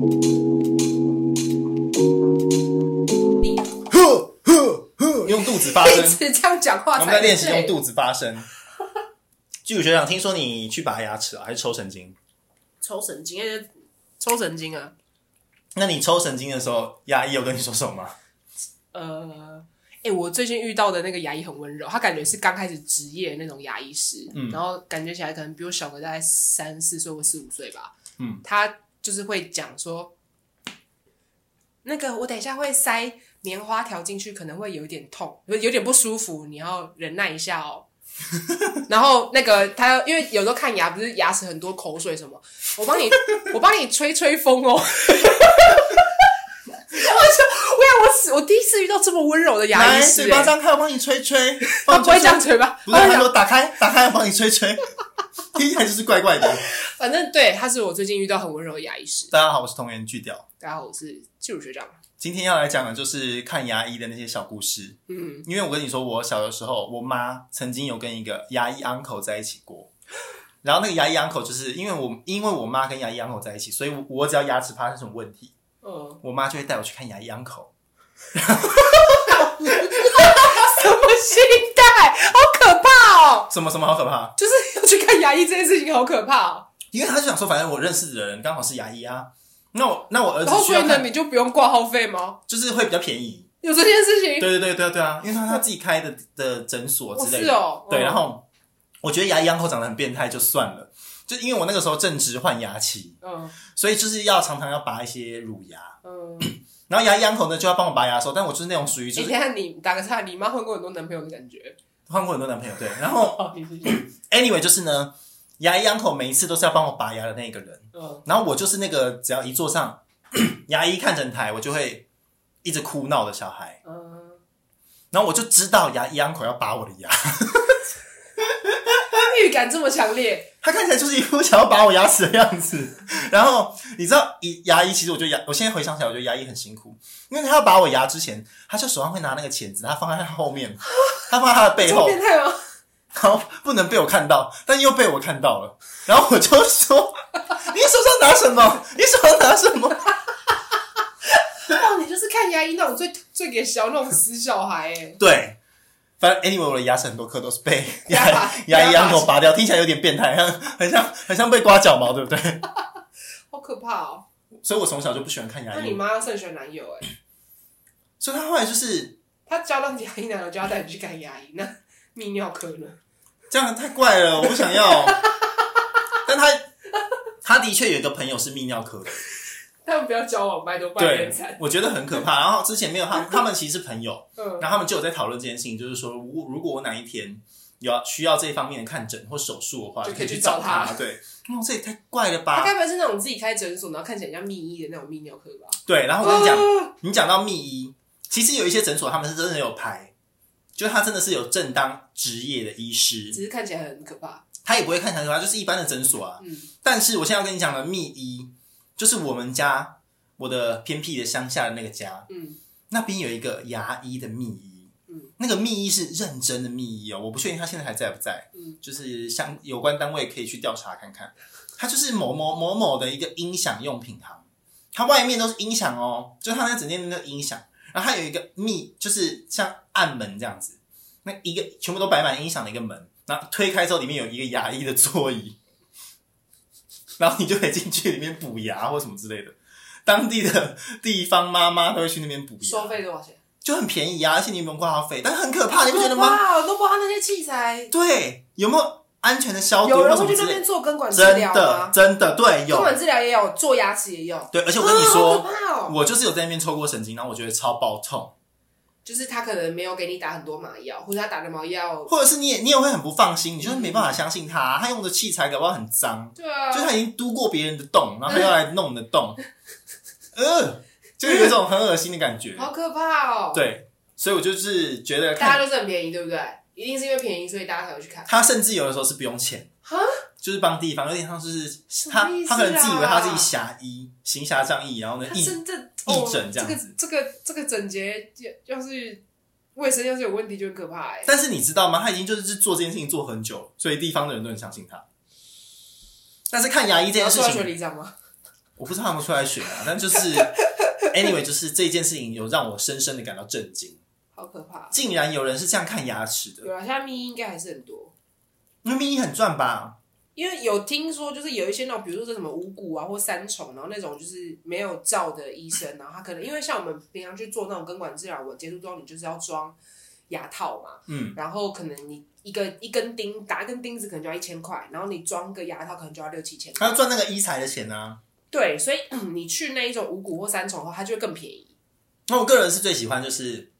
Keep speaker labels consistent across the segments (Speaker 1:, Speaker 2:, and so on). Speaker 1: 子发
Speaker 2: 一
Speaker 1: 声，
Speaker 2: 直这样讲话
Speaker 1: 我
Speaker 2: 才
Speaker 1: 们在练习
Speaker 2: 对
Speaker 1: 用肚子发声。 巨乳学长，听说你去拔牙齿了，啊还是抽神经？
Speaker 2: 抽神经，因为抽神经啊，
Speaker 1: 那你抽神经的时候，牙医有跟你说什么 吗？
Speaker 2: 呃，哎、我最近遇到的那个牙医很温柔，他感觉是刚开始职业那种牙医师，
Speaker 1: 嗯
Speaker 2: 然后感觉起来可能比我小个大概三四岁或四五岁吧，
Speaker 1: 嗯，
Speaker 2: 他就是会讲说，那个我等一下会塞棉花条进去，可能会有一点痛，有有点不舒服，你要忍耐一下哦。 然后那个他，因为有时候看牙不是牙齿很多口水什么，我帮你， 我帮你吹吹风哦。我说，我想我死，我第一次遇到这么温柔的牙医
Speaker 1: 来，
Speaker 2: 师、
Speaker 1: 嘴巴
Speaker 2: 欸，
Speaker 1: 张开，我帮你吹 吹。
Speaker 2: 他不会
Speaker 1: 这样。
Speaker 2: 讲嘴巴，
Speaker 1: 不是，
Speaker 2: 他会
Speaker 1: 他
Speaker 2: 讲
Speaker 1: 说打开，打开，我帮你吹吹， 听起来就是怪怪的。
Speaker 2: 反正对，他是我最近遇到很温柔的牙医师。
Speaker 1: 大家好，我是童颜巨屌，
Speaker 2: 大家好，我是技术学长。
Speaker 1: 今天要来讲的就是看牙医的那些小故事。
Speaker 2: 嗯，
Speaker 1: 因为我跟你说，我小的时候，我妈曾经有跟一个牙医 uncle 在一起过，然后那个牙医 uncle 就是因为我因为我妈跟牙医 uncle 在一起，所以我我只要牙齿发生什么问题，
Speaker 2: 嗯，
Speaker 1: 我妈就会带我去看牙医 uncle。
Speaker 2: 什么心态？好可怕哦！
Speaker 1: 什么什么好可怕？
Speaker 2: 就是要去看牙医这件事情好可怕哦。
Speaker 1: 因为他就想说，反正我认识的人刚好是牙医啊，那我那我儿
Speaker 2: 然后
Speaker 1: 子需
Speaker 2: 所以
Speaker 1: 要
Speaker 2: 呢，
Speaker 1: 看，
Speaker 2: 你就不用挂号费吗？
Speaker 1: 就是会比较便宜。
Speaker 2: 有这件事情？
Speaker 1: 对对对对啊对啊，因为他他自己开的的诊所之类的。
Speaker 2: 哦是哦
Speaker 1: 对，
Speaker 2: 嗯
Speaker 1: 然后我觉得牙医 uncle 长得很变态就算了，就因为我那个时候正值换牙期，
Speaker 2: 嗯
Speaker 1: 所以就是要常常要拔一些乳牙。
Speaker 2: 嗯。
Speaker 1: 然后牙医 uncle 呢就要帮我拔牙的时候，但我就是那种属于
Speaker 2: 哎你
Speaker 1: 就是
Speaker 2: 等一下你打个岔，你妈换过很多男朋友的感觉。
Speaker 1: 换过很多男朋友对，然后
Speaker 2: 哦，你继续
Speaker 1: anyway 就是呢，牙医 uncle 每一次都是要帮我拔牙的那个人，
Speaker 2: 嗯
Speaker 1: 然后我就是那个只要一坐上 牙医看诊台，我就会一直哭闹的小孩。
Speaker 2: 嗯。
Speaker 1: 然后我就知道牙医 uncle 要拔我的牙，
Speaker 2: 预感这么强烈，
Speaker 1: 他看起来就是一副想要拔我牙齿的样子。然后你知道，以牙医其实我觉得牙，我现在回想起来，我觉得牙医很辛苦，因为他要拔我牙之前，他就手上会拿那个钳子，他放在他后面，他放在他的背
Speaker 2: 这么
Speaker 1: 后，
Speaker 2: 变态哦吗？
Speaker 1: 然后不能被我看到，但又被我看到了。然后我就说：“你手上拿什 么？你手上拿什么
Speaker 2: 哦，你就是看牙医那种最最给小那种死小孩哎？”。
Speaker 1: 对。反正 anyway，我的牙齿很多颗都是被
Speaker 2: 牙
Speaker 1: 牙
Speaker 2: 拔
Speaker 1: 牙医
Speaker 2: 牙拔
Speaker 1: uncle 拔掉，听起来有点变态，很很像很像被刮脚毛，对不对？
Speaker 2: 好可怕哦！
Speaker 1: 所以我从小就不喜欢看牙
Speaker 2: 那你
Speaker 1: 医，
Speaker 2: 妈要慎选男友哎、
Speaker 1: 所以他后来就是
Speaker 2: 她交到牙医男友就要带你去看牙医，那 泌尿科呢？
Speaker 1: 这样太怪了，我不想要。 但他他的确有一个朋友是泌尿科的，
Speaker 2: 他们不要交往，拜托拜
Speaker 1: 对
Speaker 2: 人才。，
Speaker 1: 我觉得很可怕。然后之前没有他，他们其实是朋友，
Speaker 2: 嗯
Speaker 1: 然后他们就有在讨论这件事情，就是说，如如果我哪一天有要需要这方面的看诊或手术的话，
Speaker 2: 就可以
Speaker 1: 可以
Speaker 2: 去
Speaker 1: 去
Speaker 2: 找
Speaker 1: 找
Speaker 2: 他
Speaker 1: 对，哦，这也太怪了
Speaker 2: 他
Speaker 1: 吧？
Speaker 2: 该不会是那种自己开诊所，然后看起来像秘医的那种泌尿科吧？
Speaker 1: 对，然后我跟你讲，
Speaker 2: 哦
Speaker 1: 你讲到秘医，其实有一些诊所他们是真的有牌，就是他真的是有正当职业的医师，
Speaker 2: 只是看起来很可怕。
Speaker 1: 他也不会看诊所，他就是一般的诊所啊。
Speaker 2: 嗯，
Speaker 1: 但是我现在要跟你讲的密医，就是我们家我的偏僻的乡下的那个家，
Speaker 2: 嗯，
Speaker 1: 那边有一个牙医的密医，
Speaker 2: 嗯，
Speaker 1: 那个密医是认真的密医哦，我不确定他现在还在不在，
Speaker 2: 嗯，
Speaker 1: 就是相有关单位可以去调查看看，他就是某某某某的一个音响用品行，它外面都是音响哦，就他那整间那个音响，然后它有一个密，就是像暗门这样子，那一个全部都摆满音响的一个门，然后推开之后里面有一个牙医的座椅。然后你就可以进去里面补牙或什么之类的。当地的地方妈妈都会去那边补牙，
Speaker 2: 收费多少钱？
Speaker 1: 就很便宜啊，而且你不用挂号费，但很可怕，你不觉得
Speaker 2: 好可
Speaker 1: 吗？
Speaker 2: 怕哦都不知道那些器材，
Speaker 1: 对，有没有安全的消毒
Speaker 2: 有
Speaker 1: 或
Speaker 2: 人
Speaker 1: 什
Speaker 2: 会
Speaker 1: 么
Speaker 2: 去
Speaker 1: 之
Speaker 2: 那
Speaker 1: 类
Speaker 2: 边
Speaker 1: 的？
Speaker 2: 做根管治
Speaker 1: 哦真
Speaker 2: 疗
Speaker 1: 的
Speaker 2: 吗？
Speaker 1: 真的对
Speaker 2: 根
Speaker 1: 有
Speaker 2: 管治疗也有，做牙齿也有。
Speaker 1: 对，而且我跟你
Speaker 2: 啊好
Speaker 1: 说，
Speaker 2: 可怕哦！
Speaker 1: 我就是有在那边抽过神经，然后我觉得超爆痛，
Speaker 2: 就是他可能没有给你打很多麻药，或者他打的麻药，
Speaker 1: 或者是你也你也会很不放心，你就是没办法相信他、他用的器材搞不好很脏，
Speaker 2: 对嗯啊，
Speaker 1: 就是他已经嘟过别人的洞，然后他要来弄你的 洞，呃，就有一种很恶心的感觉。
Speaker 2: 好可怕哦！，
Speaker 1: 对，所以我就是觉得
Speaker 2: 大家
Speaker 1: 看
Speaker 2: 都是很便宜，对不对？一定是因为便宜，所以大家才会去看。
Speaker 1: 他，甚至有的时候是不用钱
Speaker 2: 哈，
Speaker 1: 就是帮地方，有点像是
Speaker 2: 什
Speaker 1: 他
Speaker 2: 么意思
Speaker 1: 他
Speaker 2: 啊
Speaker 1: 可能自以为他自己侠医，行侠仗义，然后呢
Speaker 2: 他
Speaker 1: 义
Speaker 2: 真的
Speaker 1: 义
Speaker 2: 哦
Speaker 1: 诊这样子
Speaker 2: 这个这个这个整洁要要是卫生要是有问题就很可怕哎、
Speaker 1: 但是你知道吗？他已经就是做这件事情做很久了，所以地方的人都很相信他。但是看牙医这
Speaker 2: 你要
Speaker 1: 件事
Speaker 2: 说到学
Speaker 1: 情，
Speaker 2: 里长吗？
Speaker 1: 我不知道他们 出来选啊，但就是 anyway，就是这件事情有让我深深的感到震惊。
Speaker 2: 好可怕。
Speaker 1: 竟然有人是这样看牙齿的，
Speaker 2: 有啊，现在咪应该还是很多，
Speaker 1: 因为咪很赚吧？
Speaker 2: 因为有听说就是有一些那种，比如说这什么五谷啊或三重，然后那种就是没有照的医生，然后他可能因为像我们平常去做那种根管治疗，我接触到你就是要装牙套嘛，
Speaker 1: 嗯，
Speaker 2: 然后可能你一个一根钉打一根钉子可能就要一千块，然后你装个牙套可能就要六七千
Speaker 1: 他
Speaker 2: 块
Speaker 1: 要，赚那个医材的钱啊。
Speaker 2: 对，所以嗯你去那一种五谷或三重后，它就会更便宜。
Speaker 1: 那我个人是最喜欢就是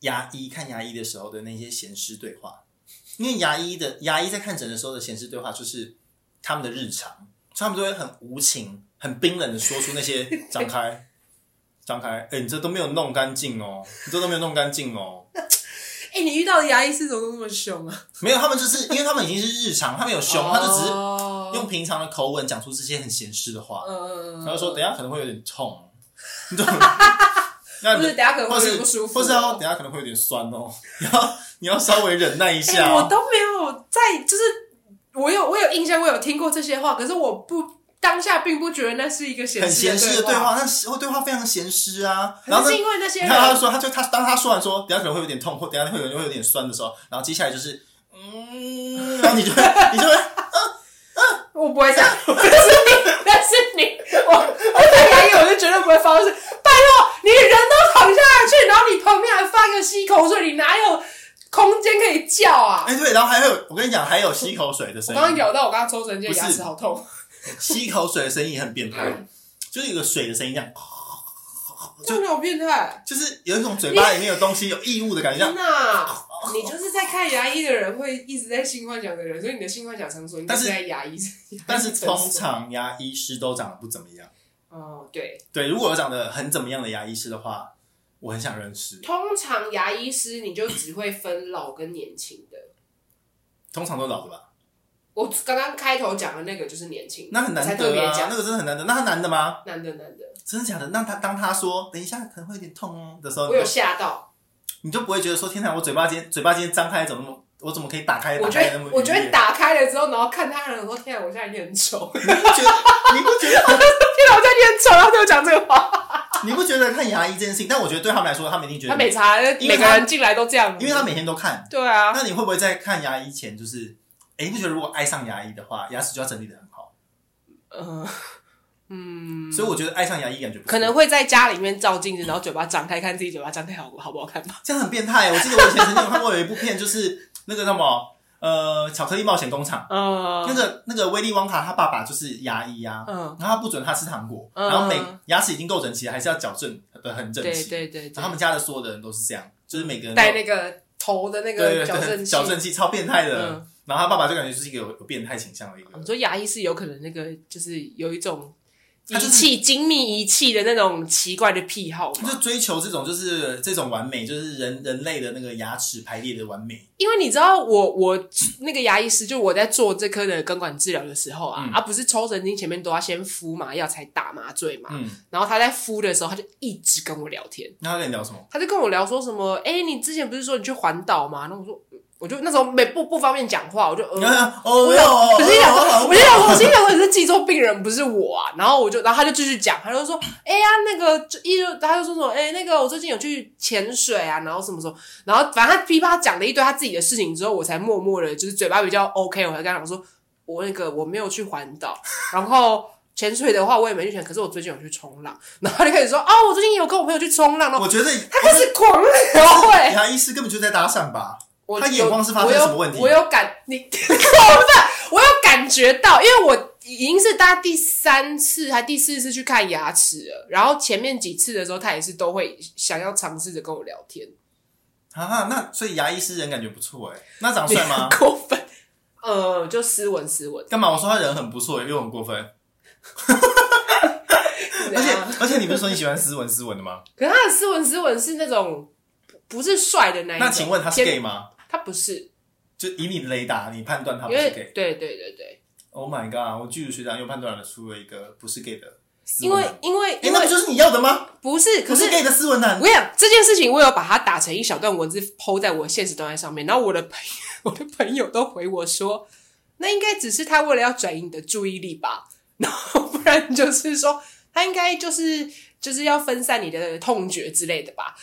Speaker 1: 牙医看牙医的时候的那些闲师对话，因为牙医的牙医在看诊的时候的闲师对话就是他们的日常，所以他们都会很无情、很冰冷的说出那些张开。张开，哎、你这都没有弄干净哦，你这都没有弄干净哦。
Speaker 2: 哎、你遇到的牙医是怎么那么凶啊？
Speaker 1: 没有，他们就是因为他们已经是日常，他们有凶，他就只
Speaker 2: 哦
Speaker 1: 是
Speaker 2: 是
Speaker 1: 用平常的口吻讲出这些很闲适的话，
Speaker 2: 嗯，
Speaker 1: 然后说等
Speaker 2: 下，
Speaker 1: 一下可能会有点痛， 你懂吗？那
Speaker 2: 或者
Speaker 1: 你
Speaker 2: 等下可 能
Speaker 1: 或
Speaker 2: 会有
Speaker 1: 是
Speaker 2: 点不舒服，
Speaker 1: 或是要等一下可能会有点酸哦，你要你要稍微忍耐一
Speaker 2: 哎、
Speaker 1: 下
Speaker 2: 我
Speaker 1: 哦。
Speaker 2: 都没有在，就是我有我有印象，我有听过这些话，可是我不当下并不觉得那是一个显
Speaker 1: 很
Speaker 2: 示
Speaker 1: 闲适的对
Speaker 2: 对
Speaker 1: 话，那哦对话非常闲适啊。
Speaker 2: 可
Speaker 1: 然后呢
Speaker 2: 能是，因为那些
Speaker 1: 你看他
Speaker 2: 人，
Speaker 1: 说，他就他当他说完说，等一下可能会有点痛，或等一下会有会有点酸的时候，然后接下来就是嗯，然后你就会你就会
Speaker 2: 我不会这样， 但是你，但是你，我我看牙医我就绝对不会发生，拜托，你人都躺下去，然后你旁边还放个吸口水，你哪有空间可以叫啊？
Speaker 1: 哎对，然后还会有我跟你讲，还有吸口水的
Speaker 2: 我
Speaker 1: 声
Speaker 2: 刚刚
Speaker 1: 音，
Speaker 2: 咬到我刚刚抽神经，
Speaker 1: 不是
Speaker 2: 牙齿好痛。
Speaker 1: 吸口水的声音也很变
Speaker 2: 嗯
Speaker 1: 态，就是有个水的声音这样。就
Speaker 2: 真的好变态！
Speaker 1: 就是有一种嘴巴里面有东西有异物的感觉，
Speaker 2: 天哪，你就是在看牙医的人，会一直在性幻想的人，所以你的性幻想场所应该是
Speaker 1: 但
Speaker 2: 在牙医。
Speaker 1: 但是
Speaker 2: 诊所
Speaker 1: 通常牙医师都长得不怎么样。
Speaker 2: 哦，对，
Speaker 1: 对，如果有长得很怎么样的牙医师的话，我很想认识。
Speaker 2: 通常牙医师你就只会分老跟年轻的。
Speaker 1: 通常都老的吧？
Speaker 2: 我刚刚开头讲的那个就是年轻的，
Speaker 1: 那很
Speaker 2: 我才
Speaker 1: 难
Speaker 2: 特别
Speaker 1: 得啊，
Speaker 2: 讲
Speaker 1: 那个真的很难得。那他男的吗？
Speaker 2: 男的男的，
Speaker 1: 真的假的？那他当他说等一下可能会有点痛哦的时候，
Speaker 2: 我
Speaker 1: 你
Speaker 2: 有
Speaker 1: 就
Speaker 2: 吓到，
Speaker 1: 你就不会觉得说天哪，我嘴巴今天嘴巴今天张开怎么那么，我怎么可以哎打开？
Speaker 2: 我
Speaker 1: 打
Speaker 2: 觉
Speaker 1: 开那
Speaker 2: 得
Speaker 1: 么
Speaker 2: 我觉
Speaker 1: 愉
Speaker 2: 得
Speaker 1: 悦
Speaker 2: 打开了之后，然后看他的人，我说天啊，我现在脸很丑， 天
Speaker 1: 你不觉得你不觉得
Speaker 2: 啊，我现在脸很丑，然后对我讲这个话，
Speaker 1: 你不觉得看牙医这件事情？但我觉得对他们来说，他们一定觉
Speaker 2: 他
Speaker 1: 得，
Speaker 2: 没查，
Speaker 1: 因
Speaker 2: 每
Speaker 1: 为
Speaker 2: 个
Speaker 1: 他
Speaker 2: 人进来都这样，
Speaker 1: 因为他每天都看，
Speaker 2: 对啊，
Speaker 1: 那你会不会在看牙医前，就是，哎、你不觉得如果爱上牙医的话，牙齿就要整理的很好？
Speaker 2: 呃嗯，
Speaker 1: 所以我觉得爱上牙医感觉不错
Speaker 2: 可能会在家里面照镜子，然后嘴巴张开，看自己嘴巴张开好好不好看吧。
Speaker 1: 这样很变态。我记得我以前曾经有看过有一部片，就是那个什么，呃，巧克力冒险工厂，
Speaker 2: 嗯，
Speaker 1: 那个那个威利旺卡他爸爸就是牙医啊，
Speaker 2: 嗯，
Speaker 1: 然后他不准他吃糖果，
Speaker 2: 嗯
Speaker 1: 然后每牙齿已经够整齐了，还是要矫正的很整齐。
Speaker 2: 对对对
Speaker 1: 然后他
Speaker 2: 对，
Speaker 1: 们家的所有的人都是这样，就是每个人都
Speaker 2: 戴那个头的那
Speaker 1: 对
Speaker 2: 个
Speaker 1: 对
Speaker 2: 矫正
Speaker 1: 对
Speaker 2: 器。
Speaker 1: 矫正器超变态的。
Speaker 2: 嗯，
Speaker 1: 然后他爸爸就感觉就是一个有有变态倾向的一个人
Speaker 2: 你。说牙医是有可能那个就是有一种仪
Speaker 1: 他就是
Speaker 2: 器精密仪器的那种奇怪的癖好
Speaker 1: 就
Speaker 2: 嘛？
Speaker 1: 追求这种就是这种完美，就是人人类的那个牙齿排列的完美。
Speaker 2: 因为你知道我我那个牙医师，就我在做这科的根管治疗的时候啊，
Speaker 1: 嗯
Speaker 2: 啊不是抽神经前面都要先敷麻药才打麻醉嘛，
Speaker 1: 嗯，
Speaker 2: 然后他在敷的时候，他就一直跟我聊天。
Speaker 1: 那他跟你聊什么？
Speaker 2: 他就跟我聊说什么，哎、你之前不是说你去环岛吗？然后我说，嗯我就那时候没不不方便讲话，我就
Speaker 1: 你
Speaker 2: 呃，
Speaker 1: 看， 哦，
Speaker 2: 我
Speaker 1: 没有，哦
Speaker 2: 我心想说，
Speaker 1: 哦
Speaker 2: 我心想说，我心想说你是记错病人不是我啊。然后我就，然后他就继续讲，他就说，哎、呀，那个就一就他就说什么，哎、那个我最近有去潜水啊，然后什么什么，然后反正他噼啪讲了一堆他自己的事情之后，我才默默的，就是嘴巴比较 OK，我才跟他讲说，我那个我没有去环岛，然后。潜水的话我也没去潜，可是我最近有去冲浪，然后他就开始说哦，我最近有跟我朋友去冲浪，然后
Speaker 1: 哦我觉得
Speaker 2: 他开始狂聊哎、
Speaker 1: 牙医师根本就在搭讪吧。
Speaker 2: 我
Speaker 1: 他眼光是发生
Speaker 2: 有
Speaker 1: 什么问题
Speaker 2: 我有我有感，你够了，我有感觉到，因为我已经是大家第三次还第四次去看牙齿了，然后前面几次的时候，他也是都会想要尝试着跟我聊天，
Speaker 1: 啊，那所以牙医师人感觉不错哎、那长得帅吗
Speaker 2: 你？很过分，呃，就斯文斯文，
Speaker 1: 干嘛？我说他人很不错、欸又很过分。而
Speaker 2: 而
Speaker 1: 且而且，你不是说你喜欢斯文斯文的 吗？
Speaker 2: 可是他的斯文斯文是那种不不是帅的那一种，
Speaker 1: 那请问他是
Speaker 2: 偏
Speaker 1: gay 吗？
Speaker 2: 他不是，
Speaker 1: 就以你的雷达，你判断他不
Speaker 2: 因
Speaker 1: 是
Speaker 2: 为
Speaker 1: gay。
Speaker 2: 对对对对，
Speaker 1: Oh my god！我剧组学长又判断了出了一个不是 gay 的斯
Speaker 2: 因
Speaker 1: 文
Speaker 2: 为
Speaker 1: 男。
Speaker 2: 因为
Speaker 1: 哎、
Speaker 2: 因
Speaker 1: 那
Speaker 2: 为
Speaker 1: 不就是你要的吗？
Speaker 2: 不是，可
Speaker 1: 不是 gay 的斯文男
Speaker 2: 我。跟你讲这件事情，我有把它打成一小段文字抛在我现实动态上面，然后我的朋友我的朋友都回我说，那应该只是他为了要转移你的注意力吧， 然后不然就是说他应该就是就是要分散你的痛觉之类的吧。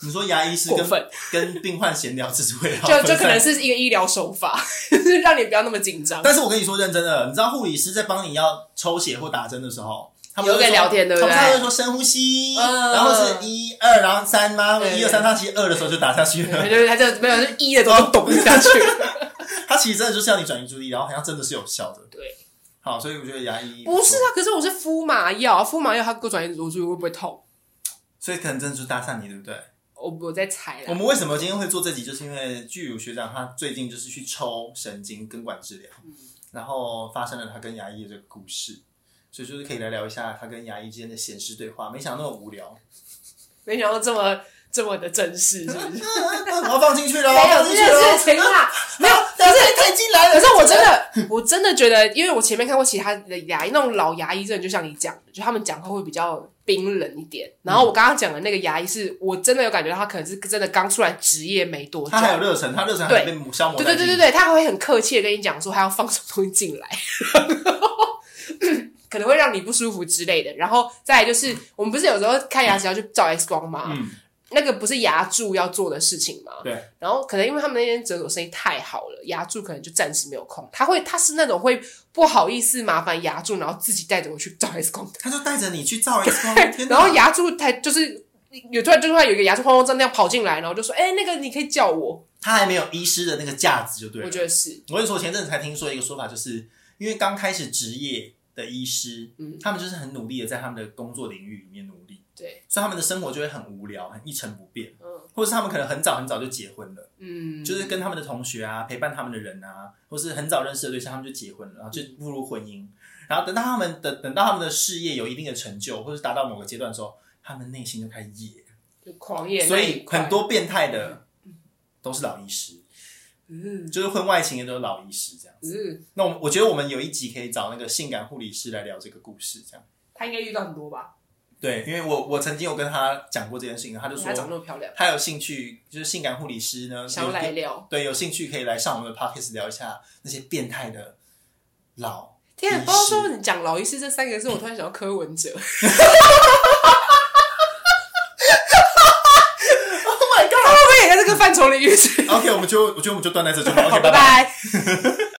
Speaker 1: 你说牙医师
Speaker 2: 过
Speaker 1: 跟
Speaker 2: 分，
Speaker 1: 跟病患闲聊，这是为了
Speaker 2: 就就
Speaker 1: 分
Speaker 2: 可
Speaker 1: 散
Speaker 2: 能是一个医疗手法， 就是让你不要那么紧张。
Speaker 1: 但是我跟你说认真的，你知道护理师在帮你要抽血或打针的时候，他们
Speaker 2: 有
Speaker 1: 都会
Speaker 2: 在
Speaker 1: 说
Speaker 2: 聊天对不对
Speaker 1: 他们他会说深呼吸，
Speaker 2: 嗯
Speaker 1: 然后是一二，然后三吗？
Speaker 2: 对
Speaker 1: 一二三，他其实二的时候就打下去了
Speaker 2: 对。就是他就没有，就是一的都懂下去。
Speaker 1: 他其实真的就是要你转移注意，力，然后好像真的是有效的。
Speaker 2: 对，
Speaker 1: 好，所以我觉得牙医
Speaker 2: 不是，啊，可是我是敷麻药，敷麻药它给我转移注意力会不会痛？
Speaker 1: 所以可能真的就是搭讪你，对不对？
Speaker 2: 我我在猜
Speaker 1: 啊我
Speaker 2: 啦。
Speaker 1: 们为什么今天会做这集，就是因为巨乳学长他最近就是去抽神经根管治疗，
Speaker 2: 嗯
Speaker 1: 然后发生了他跟牙医的这个故事，所以就是可以来聊一下他跟牙医之间的闲事对话。没想到那么无聊。
Speaker 2: 没想到这么这么的正式，是不是？
Speaker 1: 我要放进去了，
Speaker 2: 没有
Speaker 1: 放
Speaker 2: 这
Speaker 1: 进去了
Speaker 2: 件，事情啦，没有。
Speaker 1: 但是太进来了。
Speaker 2: 可是我真的，我真的觉得，因为我前面看过其他的牙医，那种老牙医，真的就像你讲的，就他们讲话会比较冰冷一点。然后我刚刚讲的那个牙医是，我真的有感觉到他可能是真的刚出来职业没多久，
Speaker 1: 他还有热忱，他热忱还没被消磨
Speaker 2: 对对对对
Speaker 1: 对，
Speaker 2: 对，他还会很客气的跟你讲说他要放什么东西进来， 可能会让你不舒服之类的。然后再来就是，我们不是有时候看牙齿要去照 X 光吗？
Speaker 1: 嗯，
Speaker 2: 那个不是牙柱要做的事情吗？
Speaker 1: 对。
Speaker 2: 然后可能因为他们那边诊所生意太好了，牙柱可能就暂时没有空。他会，他是那种会不好意思麻烦牙柱，然后自己带着我去照 X 光的。
Speaker 1: 他就带着你去照 X 光，天哪
Speaker 2: 然后牙柱他就是有突然就突然有一个牙柱慌慌张张跑进来，然后就说：“哎、那个你可以叫我。
Speaker 1: 他还没有医师的那个架子就对了。
Speaker 2: 我觉得是，
Speaker 1: 我跟你说，我前阵子才听说一个说法，就是因为刚开始职业的医师，
Speaker 2: 嗯
Speaker 1: 他们就是很努力的在他们的工作领域里面努力，
Speaker 2: 对，
Speaker 1: 所以他们的生活就会很无聊，很一成不变，
Speaker 2: 嗯
Speaker 1: 或者是他们可能很早很早就结婚了，
Speaker 2: 嗯，
Speaker 1: 就是跟他们的同学啊、陪伴他们的人啊，或是很早认识的对象，他们就结婚了，然后就步入婚姻。然后等到他们的等到他们的事业有一定的成就，或是达到某个阶段的时候，他们内心就开始野，
Speaker 2: 就狂野
Speaker 1: 所
Speaker 2: 那一
Speaker 1: 以
Speaker 2: 块，
Speaker 1: 很多变态的都是老医师，
Speaker 2: 嗯
Speaker 1: 就是婚外情也都是老医师这样。
Speaker 2: 嗯，
Speaker 1: 那我们我觉得我们有一集可以找那个性感护理师来聊这个故事，这样
Speaker 2: 他应该遇到很多吧？
Speaker 1: 对，因为我我曾经有跟他讲过这件事情，他就
Speaker 2: 她长
Speaker 1: 说
Speaker 2: 那么漂亮，
Speaker 1: 他有兴趣，就是性感护理师呢，
Speaker 2: 想要
Speaker 1: 有
Speaker 2: 来聊。
Speaker 1: 对，有兴趣可以来上我们的 podcast 聊一下那些变态的老。
Speaker 2: 天啊，
Speaker 1: 医
Speaker 2: 不知道
Speaker 1: 师
Speaker 2: 说你讲老医师这三个字，我突然想到柯文哲。
Speaker 1: Oh my
Speaker 2: 他会不会也在这个范畴里遇见？
Speaker 1: god！OK，、我们就我觉得我们就断在这就好。
Speaker 2: 好
Speaker 1: OK，
Speaker 2: 拜
Speaker 1: 拜拜。
Speaker 2: 拜。